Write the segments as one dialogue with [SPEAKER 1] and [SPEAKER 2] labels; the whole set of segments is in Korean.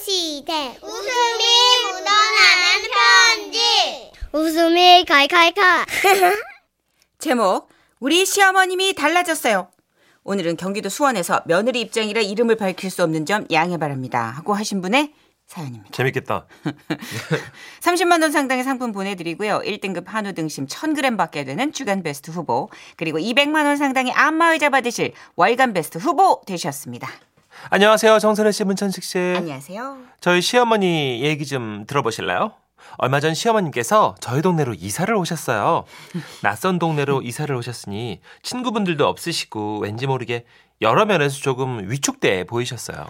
[SPEAKER 1] 시대 웃음이 묻어나는 편지 웃음이 칼칼칼
[SPEAKER 2] 제목 우리 시어머님이 달라졌어요. 오늘은 경기도 수원에서 며느리 입장이라 이름을 밝힐 수 없는 점 양해 바랍니다. 하고 하신 분의 사연입니다.
[SPEAKER 3] 재밌겠다.
[SPEAKER 2] 30만 원 상당의 상품 보내드리고요. 1등급 한우 등심 1,000g 받게 되는 주간 베스트 후보 그리고 200만 원 상당의 안마의자 받으실 월간 베스트 후보 되셨습니다.
[SPEAKER 3] 안녕하세요. 정선혜 씨, 문천식 씨.
[SPEAKER 2] 네. 안녕하세요.
[SPEAKER 3] 저희 시어머니 얘기 좀 들어보실래요? 얼마 전 시어머님께서 저희 동네로 이사를 오셨어요. 낯선 동네로 이사를 오셨으니 친구분들도 없으시고 왠지 모르게 여러 면에서 조금 위축돼 보이셨어요.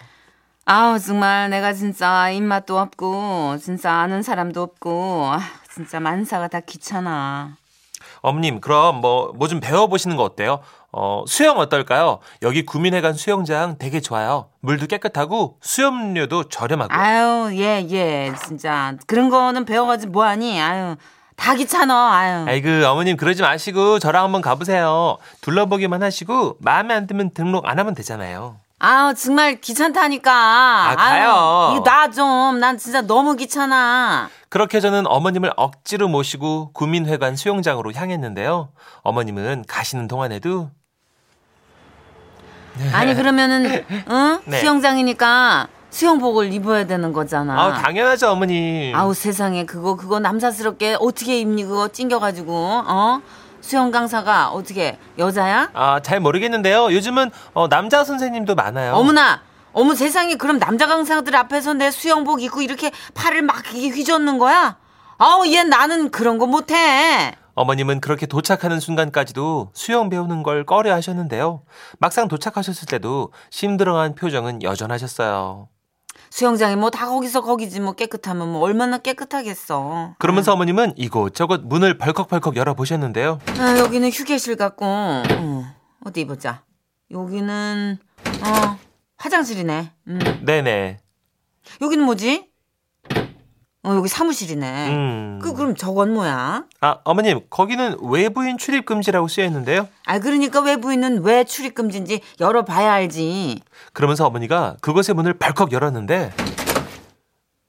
[SPEAKER 2] 아우 정말 내가 진짜 입맛도 없고 진짜 아는 사람도 없고 아, 진짜 만사가 다 귀찮아.
[SPEAKER 3] 어머님, 그럼 뭐 뭐 좀 배워보시는 거 어때요? 어, 수영 어떨까요? 여기 구민회관 수영장 되게 좋아요. 물도 깨끗하고 수염료도 저렴하고.
[SPEAKER 2] 아유 예 예 진짜 그런 거는 배워가지 뭐하니 아유 다 귀찮아 아유
[SPEAKER 3] 아이고 어머님 그러지 마시고 저랑 한번 가보세요. 둘러보기만 하시고 마음에 안 들면 등록 안 하면 되잖아요.
[SPEAKER 2] 아우 정말 귀찮다니까
[SPEAKER 3] 아, 가요.
[SPEAKER 2] 이거 놔좀 난 진짜 너무 귀찮아
[SPEAKER 3] 그렇게 저는 어머님을 억지로 모시고 구민회관 수영장으로 향했는데요. 어머님은 가시는 동안에도
[SPEAKER 2] 아니 그러면은 응
[SPEAKER 3] 네.
[SPEAKER 2] 수영장이니까 수영복을 입어야 되는 거잖아
[SPEAKER 3] 아, 우 당연하죠 어머님.
[SPEAKER 2] 아우, 세상에 그거 그거 남사스럽게 어떻게 입니 그거 찡겨가지고 어 수영 강사가 어떻게 여자야
[SPEAKER 3] 아, 잘 모르겠는데요. 요즘은 어, 남자 선생님도 많아요.
[SPEAKER 2] 어머나 어머 세상에 그럼 남자 강사들 앞에서 내 수영복 입고 이렇게 팔을 막 이렇게 휘젓는 거야? 아우 얘 나는 그런 거 못해.
[SPEAKER 3] 어머님은 그렇게 도착하는 순간까지도 수영 배우는 걸 꺼려 하셨는데요. 막상 도착하셨을 때도 심드렁한 표정은 여전하셨어요.
[SPEAKER 2] 수영장이 뭐 다 거기서 거기지 뭐 깨끗하면 뭐 얼마나 깨끗하겠어.
[SPEAKER 3] 그러면서 어머님은 이곳저곳 문을 벌컥벌컥 열어보셨는데요.
[SPEAKER 2] 아, 여기는 휴게실 같고 어, 어디 보자. 여기는 어 화장실이네. 음.
[SPEAKER 3] 네네.
[SPEAKER 2] 여기는 뭐지? 어 여기 사무실이네.
[SPEAKER 3] 음.
[SPEAKER 2] 그 그럼 저건 뭐야?
[SPEAKER 3] 아, 어머님, 거기는 외부인 출입 금지라고 쓰여 있는데요.
[SPEAKER 2] 아 그러니까 외부인은 왜 출입 금지인지 열어봐야 알지.
[SPEAKER 3] 그러면서 어머니가 그곳의 문을 발컥 열었는데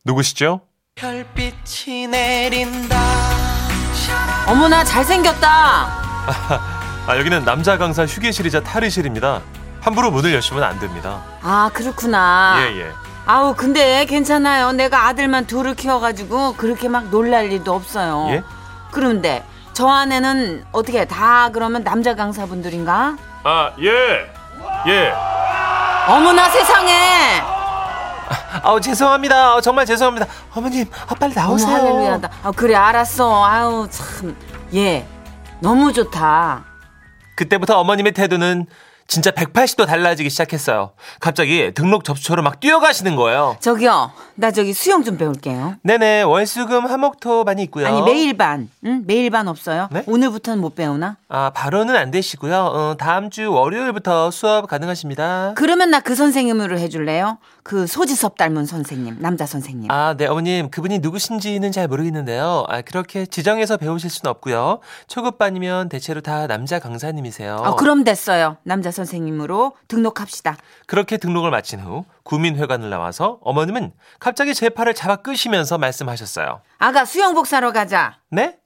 [SPEAKER 3] 누구시죠?
[SPEAKER 4] 별빛이 내린다.
[SPEAKER 2] 어머나 잘생겼다.
[SPEAKER 3] 아, 여기는 남자 강사 휴게실이자 탈의실입니다. 함부로 문을 여시면 안 됩니다.
[SPEAKER 2] 아 그렇구나.
[SPEAKER 3] 예, 예.
[SPEAKER 2] 아우 근데 괜찮아요. 내가 아들만 둘을 키워가지고 그렇게 막 놀랄 일도 없어요.
[SPEAKER 3] 예?
[SPEAKER 2] 그런데 저 안에는 어떻게 다 그러면 남자 강사분들인가?
[SPEAKER 3] 아, 예. 예.
[SPEAKER 2] 어머나 세상에.
[SPEAKER 3] 아우, 죄송합니다. 아우, 정말 죄송합니다. 어머님, 아, 빨리
[SPEAKER 2] 어머
[SPEAKER 3] 나오세요.
[SPEAKER 2] 할렐루야다. 아 그래 알았어. 아우 참. 예. 너무 좋다.
[SPEAKER 3] 그때부터 어머님의 태도는 진짜 180도 달라지기 시작했어요. 갑자기 등록 접수처로 막 뛰어가시는 거예요.
[SPEAKER 2] 저기요. 나 저기 수영 좀 배울게요.
[SPEAKER 3] 네네 월수금 화목토 많이 있고요.
[SPEAKER 2] 아니 매일 반. 응? 매일 반 없어요?
[SPEAKER 3] 네?
[SPEAKER 2] 오늘부터는 못 배우나?
[SPEAKER 3] 아 바로는 안 되시고요. 어, 다음 주 월요일부터 수업 가능하십니다.
[SPEAKER 2] 그러면 나 그 선생님으로 해줄래요? 그 소지섭 닮은 선생님, 남자 선생님.
[SPEAKER 3] 아, 네, 어머님, 그분이 누구신지는 잘 모르겠는데요. 아, 그렇게 지정해서 배우실 순 없고요. 초급반이면 대체로 다 남자 강사님이세요.
[SPEAKER 2] 아, 그럼 됐어요. 남자 선생님으로 등록합시다.
[SPEAKER 3] 그렇게 등록을 마친 후 구민회관을 나와서 어머님은 갑자기 제 팔을 잡아 끄시면서 말씀하셨어요.
[SPEAKER 2] 아가 수영복 사러 가자.
[SPEAKER 3] 네?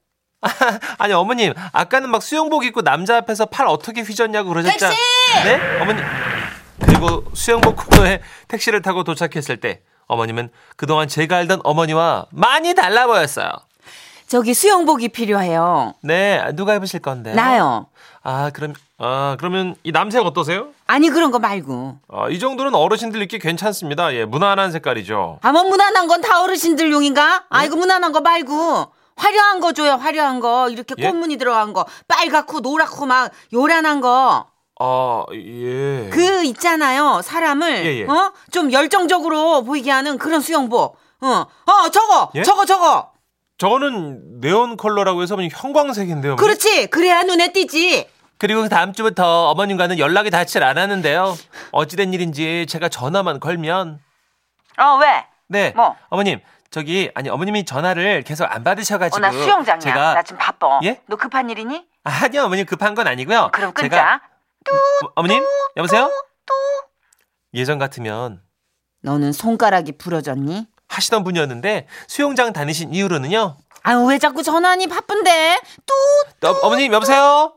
[SPEAKER 3] 아니 어머님 아까는 막 수영복 입고 남자 앞에서 팔 어떻게 휘젓냐고 그러셨잖아 네? 어머님 그리고 수영복 코너에 택시를 타고 도착했을 때 어머님은 그동안 제가 알던 어머니와 많이 달라 보였어요
[SPEAKER 2] 저기 수영복이 필요해요.
[SPEAKER 3] 네 누가 입으실 건데
[SPEAKER 2] 나요.
[SPEAKER 3] 아 그럼 아 그러면 이 남색 어떠세요?
[SPEAKER 2] 아니 그런 거 말고.
[SPEAKER 3] 아, 이 정도는 어르신들 입기 괜찮습니다 예 무난한 색깔이죠
[SPEAKER 2] 아, 뭐 무난한 건 다 어르신들 용인가? 아,
[SPEAKER 3] 네.
[SPEAKER 2] 이거 무난한 거 말고. 화려한 거 줘요, 화려한 거. 이렇게
[SPEAKER 3] 예?
[SPEAKER 2] 꽃무늬 들어간 거. 빨갛고 노랗고 막 요란한 거.
[SPEAKER 3] 아, 아예
[SPEAKER 2] 그 있잖아요 사람을
[SPEAKER 3] 네. 예, 예.
[SPEAKER 2] 어? 좀 열정적으로 보이게 하는 그런 수영복 어어 저거
[SPEAKER 3] 예?
[SPEAKER 2] 저거 저거
[SPEAKER 3] 저거는 네온 컬러라고 해서 어머니 형광색인데요 어머니?
[SPEAKER 2] 그렇지 그래야 눈에 띄지
[SPEAKER 3] 그리고 그 다음 주부터 어머님과는 연락이 닿질 않았는데요. 어찌된 일인지 제가 전화만 걸면
[SPEAKER 2] 어왜
[SPEAKER 3] 네
[SPEAKER 2] 뭐?
[SPEAKER 3] 어머님 저기 아니 어머님이 전화를 계속 안
[SPEAKER 2] 어,
[SPEAKER 3] 받으셔가지고 제가
[SPEAKER 2] 지금 바빠
[SPEAKER 3] 예?
[SPEAKER 2] 너 급한 일 있니
[SPEAKER 3] 아니요 어머님 급한 건 아니고요. 제가- 어, 어머님 여보세요? 예전 같으면
[SPEAKER 2] 너는 손가락이 부러졌니
[SPEAKER 3] 하시던 분이었는데 수영장 다니신 이후로는요.
[SPEAKER 2] 아유 왜 자꾸 전화니 바쁜데 또
[SPEAKER 3] 어, 어머님 여보세요.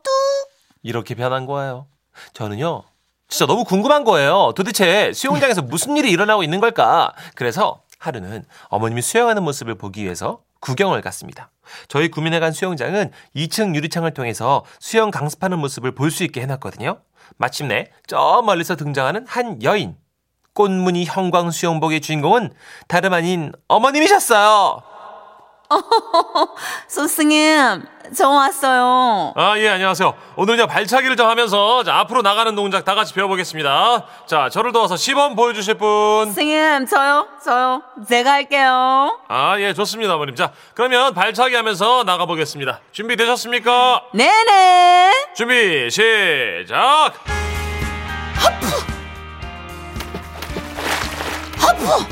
[SPEAKER 3] 이렇게 변한 거예요. 저는요. 진짜 너무 궁금한 거예요. 도대체 수영장에서 무슨 일이 일어나고 있는 걸까? 그래서 하루는 어머님이 수영하는 모습을 보기 위해서 구경을 갔습니다. 저희 구민에 간 수영장은 2층 유리창을 통해서 수영 강습하는 모습을 볼 수 있게 해놨거든요. 마침내 저 멀리서 등장하는 한 여인. 꽃무늬 형광 수영복의 주인공은 다름 아닌 어머님이셨어요.
[SPEAKER 2] 소승님 저 왔어요.
[SPEAKER 3] 아, 예, 안녕하세요. 오늘은요, 발차기를 좀 하면서, 자, 앞으로 나가는 동작 다 같이 배워보겠습니다. 자, 저를 도와서 시범 보여주실 분.
[SPEAKER 2] 스승님 저요 저요 제가 할게요.
[SPEAKER 3] 아, 예, 좋습니다, 어머님. 자, 그러면 발차기 하면서 나가보겠습니다. 준비되셨습니까?
[SPEAKER 2] 네네.
[SPEAKER 3] 준비, 시작! 아, 뭐!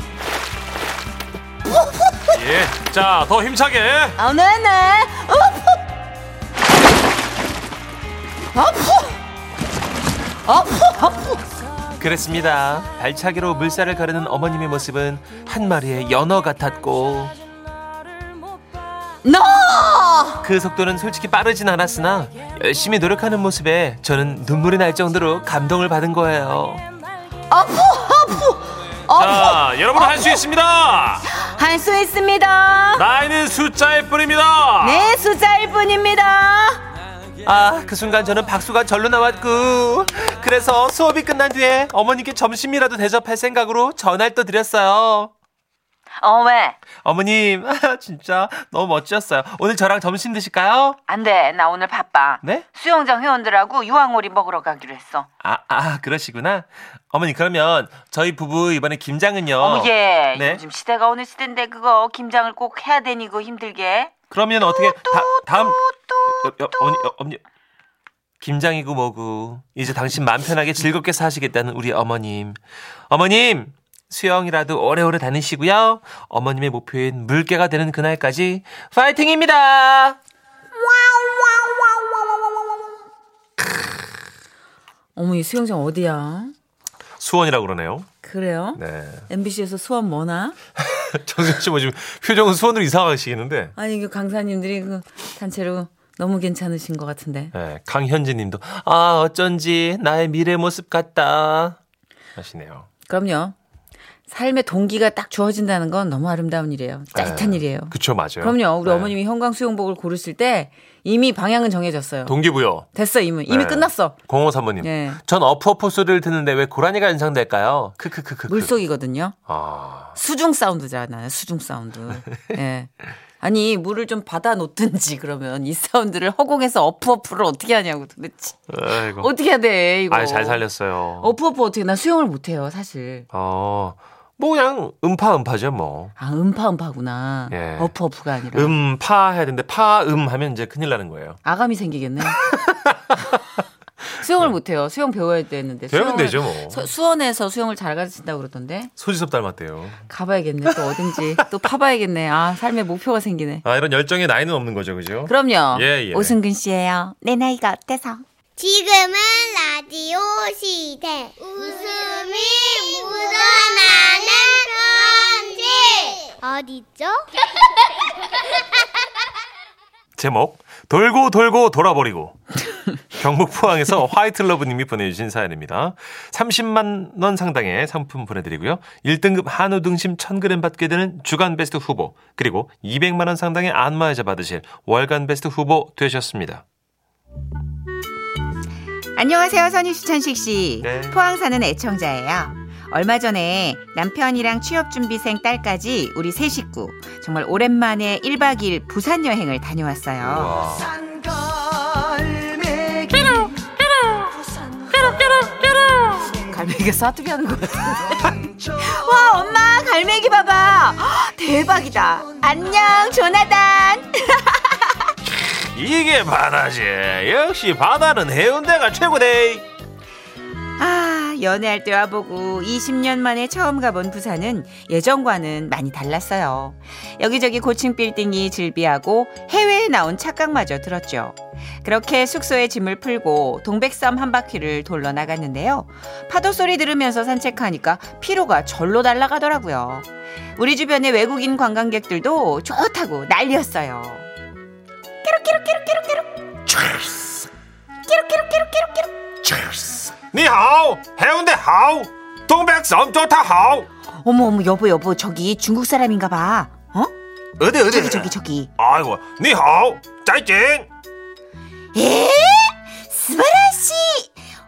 [SPEAKER 3] 예, 자, 더 힘차게.
[SPEAKER 2] 아 네네.
[SPEAKER 3] 그랬습니다. 발차기로 물살을 가르는 어머님의 모습은 한 마리의 연어 같았고,
[SPEAKER 2] 너
[SPEAKER 3] 그 속도는 솔직히 빠르진 않았으나 열심히 노력하는 모습에 저는 눈물이 날 정도로 감동을 받은 거예요. 자, 여러분 할 수 있습니다.
[SPEAKER 2] 할 수 있습니다.
[SPEAKER 3] 나이는 숫자의 뿐입니다.
[SPEAKER 2] 네 숫자일 뿐입니다.
[SPEAKER 3] 아, 그 순간 저는 박수가 절로 나왔고 그래서 수업이 끝난 뒤에 어머님께 점심이라도 대접할 생각으로 전화를 또 드렸어요.
[SPEAKER 2] 어 왜?
[SPEAKER 3] 어머님, 진짜 너무 멋지셨어요. 오늘 저랑 점심 드실까요?
[SPEAKER 2] 안 돼. 나 오늘 바빠.
[SPEAKER 3] 네?
[SPEAKER 2] 수영장 회원들하고 유황오리 먹으러 가기로 했어.
[SPEAKER 3] 아, 아, 그러시구나. 어머니, 그러면 저희 부부 이번에 김장은요.
[SPEAKER 2] 어, 머예
[SPEAKER 3] 네?
[SPEAKER 2] 요즘 시대가 어느 시대인데 그거 김장을 꼭 해야 되니 그 힘들게.
[SPEAKER 3] 그러면 어떻게 다, 다음 여, 여, 어머니, 여, 어머니 김장이고 뭐고 이제 당신 마음 편하게 즐겁게 사시겠다는 우리 어머님 어머님 수영이라도 오래오래 다니시고요 어머님의 목표인 물개가 되는 그날까지 파이팅입니다
[SPEAKER 5] 어머 이 수영장 어디야?
[SPEAKER 3] 수원이라고 그러네요
[SPEAKER 5] 그래요?
[SPEAKER 3] 네
[SPEAKER 5] MBC에서 수원 뭐나?
[SPEAKER 3] 정승 씨뭐 지금 표정은 수원으로 이상하시겠는데
[SPEAKER 5] 아니 그 강사님들이 그 단체로 너무 괜찮으신 것 같은데.
[SPEAKER 3] 네, 강현진님도 아 어쩐지 나의 미래 모습 같다 하시네요
[SPEAKER 5] 그럼요. 삶의 동기가 딱 주어진다는 건 너무 아름다운 일이에요. 짜릿한
[SPEAKER 3] 네.
[SPEAKER 5] 일이에요.
[SPEAKER 3] 그쵸 맞아요
[SPEAKER 5] 그럼요. 우리
[SPEAKER 3] 네.
[SPEAKER 5] 어머님이 형광 수영복을 고르실 때 이미 방향은 정해졌어요.
[SPEAKER 3] 동기부여
[SPEAKER 5] 됐어 이미 이미
[SPEAKER 3] 네.
[SPEAKER 5] 끝났어.
[SPEAKER 3] 05사모님.
[SPEAKER 5] 예.
[SPEAKER 3] 전 어프어프 소리를 듣는데 왜 고라니가 연상될까요? 크크크크.
[SPEAKER 5] 물속이거든요.
[SPEAKER 3] 아.
[SPEAKER 5] 수중 사운드잖아요. 수중 사운드. 예. 아니 물을 좀 받아 놓든지 그러면 이 사운드를 허공에서 어프어프를 어떻게 하냐고 도대체
[SPEAKER 3] 아이고.
[SPEAKER 5] 어떻게 해야 돼 이거.
[SPEAKER 3] 아, 잘 살렸어요.
[SPEAKER 5] 어프어프 어떻게 나 수영을 못해요 사실.
[SPEAKER 3] 어. 뭐 그냥 음파 음파죠, 뭐.
[SPEAKER 5] 아 음파 음파구나.
[SPEAKER 3] 예.
[SPEAKER 5] 어프어프가 아니라
[SPEAKER 3] 음파 해야 되는데 파음 하면 이제 큰일 나는 거예요.
[SPEAKER 5] 아감이 생기겠네. 수영을 못해요. 수영 배워야 되는데.
[SPEAKER 3] 네. 배우면
[SPEAKER 5] 수영을-
[SPEAKER 3] 되죠, 뭐.
[SPEAKER 5] 네, 서- 수원에서 수영을 잘 가르친다고 그러던데
[SPEAKER 3] 소지섭 닮았대요.
[SPEAKER 5] 가봐야겠네 또 어딘지 또 파봐야겠네. 아 삶의 목표가 생기네.
[SPEAKER 3] 아, 이런 열정의 나이는 없는 거죠, 그죠?
[SPEAKER 5] 그럼요.
[SPEAKER 3] 예, 예.
[SPEAKER 5] 오승근 씨예요. 내 나이가 어때서?
[SPEAKER 1] 지금은 라디오 시대. 웃음이 묻어나는 편지. 어디죠?
[SPEAKER 3] 제목 돌고 돌고 돌아버리고 경북 포항에서 화이트러브님이 보내주신 사연입니다. 30만 원 상당의 상품 보내드리고요. 1등급 한우 등심 1000g 받게 되는 주간 베스트 후보 그리고 200만 원 상당의 안마의자 받으실 월간 베스트 후보 되셨습니다.
[SPEAKER 2] 안녕하세요, 선희 수천식 씨.
[SPEAKER 3] 네.
[SPEAKER 2] 포항 사는 애청자예요. 얼마 전에 남편이랑 취업 준비생 딸까지 우리 세 식구 정말 오랜만에 1박 2일 부산 여행을 다녀왔어요.
[SPEAKER 5] 갈매기가 사투리 하는 거 같아.
[SPEAKER 2] 와, 엄마 갈매기 봐봐. 헉, 대박이다. 안녕, 조나단.
[SPEAKER 3] 이게 바다지 역시 바다는 해운대가 최고대.
[SPEAKER 2] 아, 연애할 때 와보고 20년 만에 처음 가본 부산은 예전과는 많이 달랐어요. 여기저기 고층 빌딩이 즐비하고 해외에 나온 착각마저 들었죠. 그렇게 숙소에 짐을 풀고 동백섬 한 바퀴를 돌러 나갔는데요. 파도 소리 들으면서 산책하니까 피로가 절로 날아가더라고요. 우리 주변의 외국인 관광객들도 좋다고 난리였어요.
[SPEAKER 3] 니하오 해운대 하오 동백 섬조타 하오
[SPEAKER 2] 어머 어머 여보 여보 저기 중국 사람인가 봐. 어?
[SPEAKER 3] 어디 어디
[SPEAKER 2] 저기 저기 저기.
[SPEAKER 3] 아이고 니하오 짜이징
[SPEAKER 2] 에? 예? 스바라시.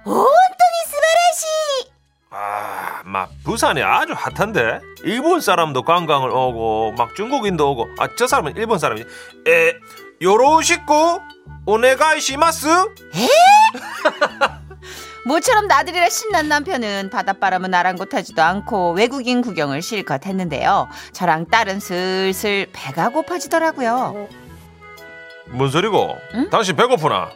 [SPEAKER 2] 온토니 스바라시.
[SPEAKER 3] 아, 막 부산이 아주 핫한데 일본 사람도 관광을 오고 막 중국인도 오고 아 저 사람은 일본 사람이지 에 요로시쿠 오네가이시마스
[SPEAKER 2] 모처럼 나들이라 신난 남편은 바닷바람은 아랑곳하지도 않고 외국인 구경을 실컷 했는데요. 저랑 딸은 슬슬 배가 고파지더라고요.
[SPEAKER 3] 뭔 소리고 당신 배고프나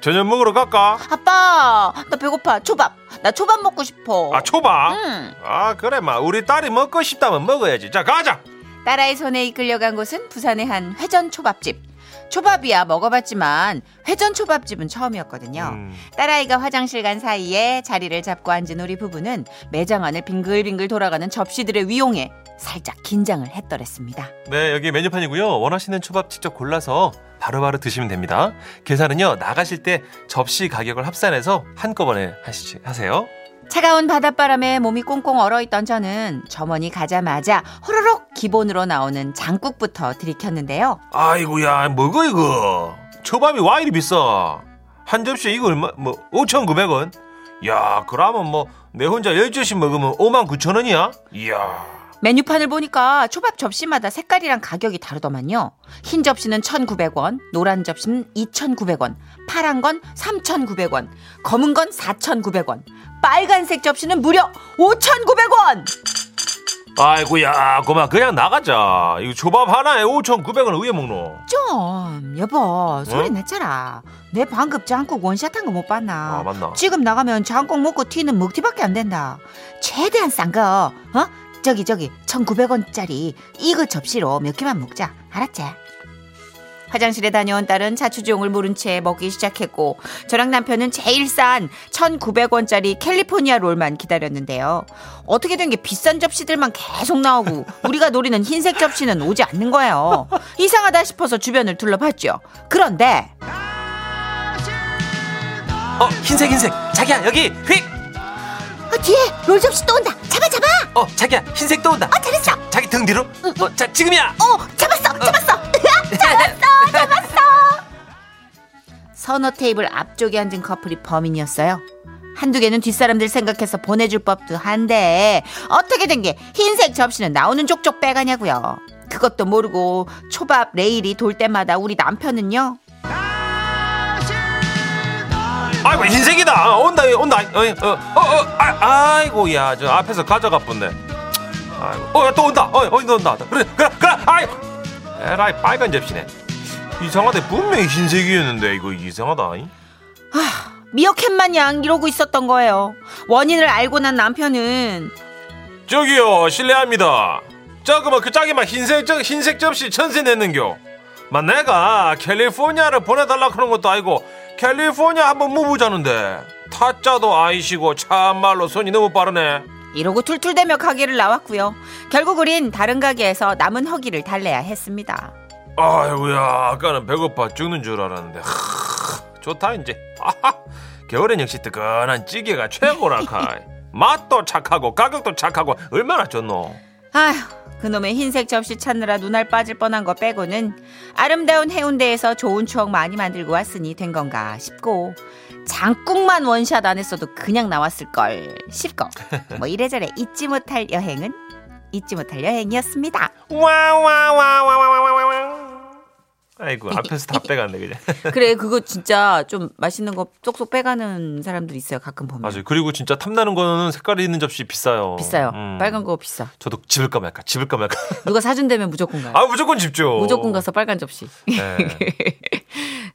[SPEAKER 3] 저녁 먹으러 갈까
[SPEAKER 2] 아빠, 나 배고파. 초밥. 나 초밥 먹고 싶어.
[SPEAKER 3] 아 초밥
[SPEAKER 2] 응.
[SPEAKER 3] 아 그래 마 우리 딸이 먹고 싶다면 먹어야지 자 가자
[SPEAKER 2] 딸아이 손에 이끌려간 곳은 부산의 한 회전 초밥집. 초밥이야 먹어봤지만 회전 초밥집은 처음이었거든요.
[SPEAKER 3] 음.
[SPEAKER 2] 딸아이가 화장실 간 사이에 자리를 잡고 앉은 우리 부부는 매장 안을 빙글빙글 돌아가는 접시들의 위용에 살짝 긴장을 했더랬습니다.
[SPEAKER 3] 네, 여기 메뉴판이고요. 원하시는 초밥 직접 골라서 바로바로 드시면 됩니다. 계산은요, 나가실 때 접시 가격을 합산해서 한꺼번에 하시, 하세요.
[SPEAKER 2] 차가운 바닷바람에 몸이 꽁꽁 얼어있던 저는 점원이 가자마자 호로록 기본으로 나오는 장국부터 들이켰는데요.
[SPEAKER 3] 아이고야, 뭐고, 이거? 초밥이 와 이리 비싸? 한 접시 이거 얼마, 뭐, 5,900원? 야, 그러면 뭐, 내 혼자 10접시 먹으면 59,000원이야? 이야.
[SPEAKER 2] 메뉴판을 보니까 초밥 접시마다 색깔이랑 가격이 다르더만요. 흰 접시는 1,900원, 노란 접시는 2,900원, 파란 건 3,900원, 검은 건 4,900원, 빨간색 접시는 무려 5,900원!
[SPEAKER 3] 아이고야, 그만, 그냥 나가자. 이거 초밥 하나에 5,900원을 왜 먹노?
[SPEAKER 2] 좀 여보 소리 냈잖아. 내 방금 장국 원샷한 거 못 봤나?
[SPEAKER 3] 아, 맞나?
[SPEAKER 2] 지금 나가면 장국 먹고 튀는 먹튀밖에 안 된다. 최대한 싼 거. 어? 저기 저기 1,900원짜리 이거 접시로 몇 개만 먹자. 알았지? 화장실에 다녀온 딸은 자취종을 모른 채 먹기 시작했고 저랑 남편은 제일 싼 1,900원짜리 캘리포니아 롤만 기다렸는데요. 어떻게 된 게 비싼 접시들만 계속 나오고 우리가 노리는 흰색 접시는 오지 않는 거예요. 이상하다 싶어서 주변을 둘러봤죠. 그런데
[SPEAKER 3] 어, 흰색, 흰색. 자기야, 여기, 휙!
[SPEAKER 1] 어, 뒤에 롤 접시 또 온다. 잡아 잡아.
[SPEAKER 3] 어, 자기야, 흰색 또 온다.
[SPEAKER 1] 어 잘했어.
[SPEAKER 3] 자기 등 뒤로? 어, 자, 지금이야!
[SPEAKER 1] 어 잡았어 잡았어.
[SPEAKER 2] 서너 테이블 앞쪽에 앉은 커플이 범인이었어요. 한두 개는 뒷사람들 생각해서 보내줄 법도 한데 어떻게 된 게 흰색 접시는 나오는 족족 빼가냐고요. 그것도 모르고 초밥 레일이 돌 때마다 우리 남편은요.
[SPEAKER 3] 아이고, 흰색이다! 온다, 온다! 어, 어, 어, 어, 아, 아이고, 야, 저 앞에서 가져가 뿐네. 아이고, 어, 야, 또 온다! 어, 어, 또 온다! 그래, 그래, 그래! 아이! 에라이, 빨간 접시네. 이상하다, 분명히 흰색이었는데, 이거 이상하다. 잉?
[SPEAKER 2] 미어캣만 양 이러고 있었던 거예요. 원인을 알고 난 남편은
[SPEAKER 3] 저기요, 실례합니다. 저그만 그 자기만 흰색, 저, 흰색 접시 천세 냈는겨. 마, 내가 캘리포니아를 보내달라 그런 것도 아니고, 캘리포니아 한번 묵보자는데 타짜도 아이시고, 참말로 손이 너무 빠르네.
[SPEAKER 2] 이러고 툴툴대며 가게를 나왔고요. 결국 우린 다른 가게에서 남은 허기를 달래야 했습니다.
[SPEAKER 3] 아이고야 아까는 배고파 죽는 줄 알았는데 하, 좋다 이제 아하, 겨울엔 역시 뜨끈한 찌개가 최고라 카이 맛도 착하고 가격도 착하고 얼마나 좋노
[SPEAKER 2] 아휴, 그놈의 흰색 접시 찾느라 눈알 빠질 뻔한 거 빼고는 아름다운 해운대에서 좋은 추억 많이 만들고 왔으니 된 건가 싶고 장국만 원샷 안 했어도 그냥 나왔을 걸 싶고 뭐 이래저래 잊지 못할 여행은 잊지 못할 여행이었습니다.
[SPEAKER 3] 와와와와와와와와 아이고 앞에서 다 빼갔네 그냥
[SPEAKER 5] 그래 그거 진짜 좀 맛있는 거 쏙쏙 빼가는 사람들 있어요 가끔 보면
[SPEAKER 3] 맞아요 그리고 진짜 탐나는 거는 색깔이 있는 접시 비싸요
[SPEAKER 5] 비싸요
[SPEAKER 3] 음.
[SPEAKER 5] 빨간 거 비싸
[SPEAKER 3] 저도 집을까 말까 집을까 말까
[SPEAKER 5] 누가 사준다면 무조건 가요
[SPEAKER 3] 아 무조건 집죠
[SPEAKER 5] 무조건 가서 빨간 접시
[SPEAKER 3] 네.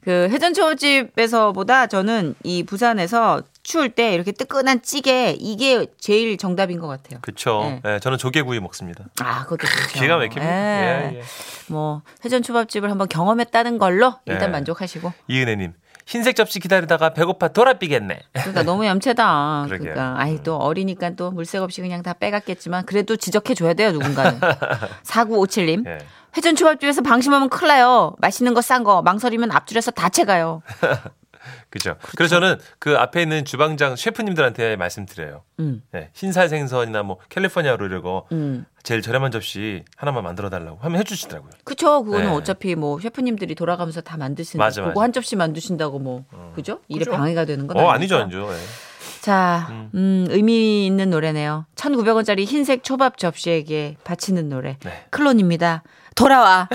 [SPEAKER 5] 그 회전초밥집에서보다 저는 이 부산에서 추울 때 이렇게 뜨끈한 찌개 이게 제일 정답인 것 같아요
[SPEAKER 3] 그쵸
[SPEAKER 5] 네.
[SPEAKER 3] 네, 저는 조개구이 먹습니다
[SPEAKER 5] 아 그것도
[SPEAKER 2] 그렇죠.
[SPEAKER 5] 좋죠
[SPEAKER 3] 기가 막힙니다
[SPEAKER 5] 예.
[SPEAKER 3] 예, 예.
[SPEAKER 5] 뭐 회전초밥집을 한번 경험했다는 걸로 일단
[SPEAKER 3] 예.
[SPEAKER 5] 만족하시고
[SPEAKER 3] 이은혜님 흰색 접시 기다리다가 배고파 돌아삐겠네.
[SPEAKER 2] 그러니까 너무 얌체다.
[SPEAKER 3] 그러게요. 음.
[SPEAKER 2] 그러니까 아이 또 어리니까 또 물색 없이 그냥 다 빼갔겠지만 그래도 지적해 줘야 돼요 누군가는. 4957님.
[SPEAKER 3] 예.
[SPEAKER 2] 회전 초밥집에서 방심하면 큰일 나요. 맛있는 거 싼 거 망설이면 앞줄에서 다채가요.
[SPEAKER 3] 그죠. 그래서 저는 그 앞에 있는 주방장 셰프님들한테 말씀드려요. 예, 흰살 생선이나 뭐 캘리포니아로 이러고 제일 저렴한 접시 하나만 만들어 달라고 하면 해주시더라고요.
[SPEAKER 2] 그쵸 그거는
[SPEAKER 3] 네.
[SPEAKER 2] 어차피 뭐 셰프님들이 돌아가면서 다 만드시는
[SPEAKER 3] 맞아,
[SPEAKER 2] 그거
[SPEAKER 3] 맞아. 어.
[SPEAKER 2] 한 접시 만드신다고 뭐 그죠? 일에
[SPEAKER 3] 그죠.
[SPEAKER 2] 방해가 되는 건
[SPEAKER 3] 어, 아니죠,
[SPEAKER 2] 아니니까.
[SPEAKER 3] 아니죠. 예.
[SPEAKER 2] 자, 음. 의미 있는 노래네요. 1,900원짜리 흰색 초밥 접시에게 바치는 노래.
[SPEAKER 3] 네.
[SPEAKER 2] 클론입니다. 돌아와.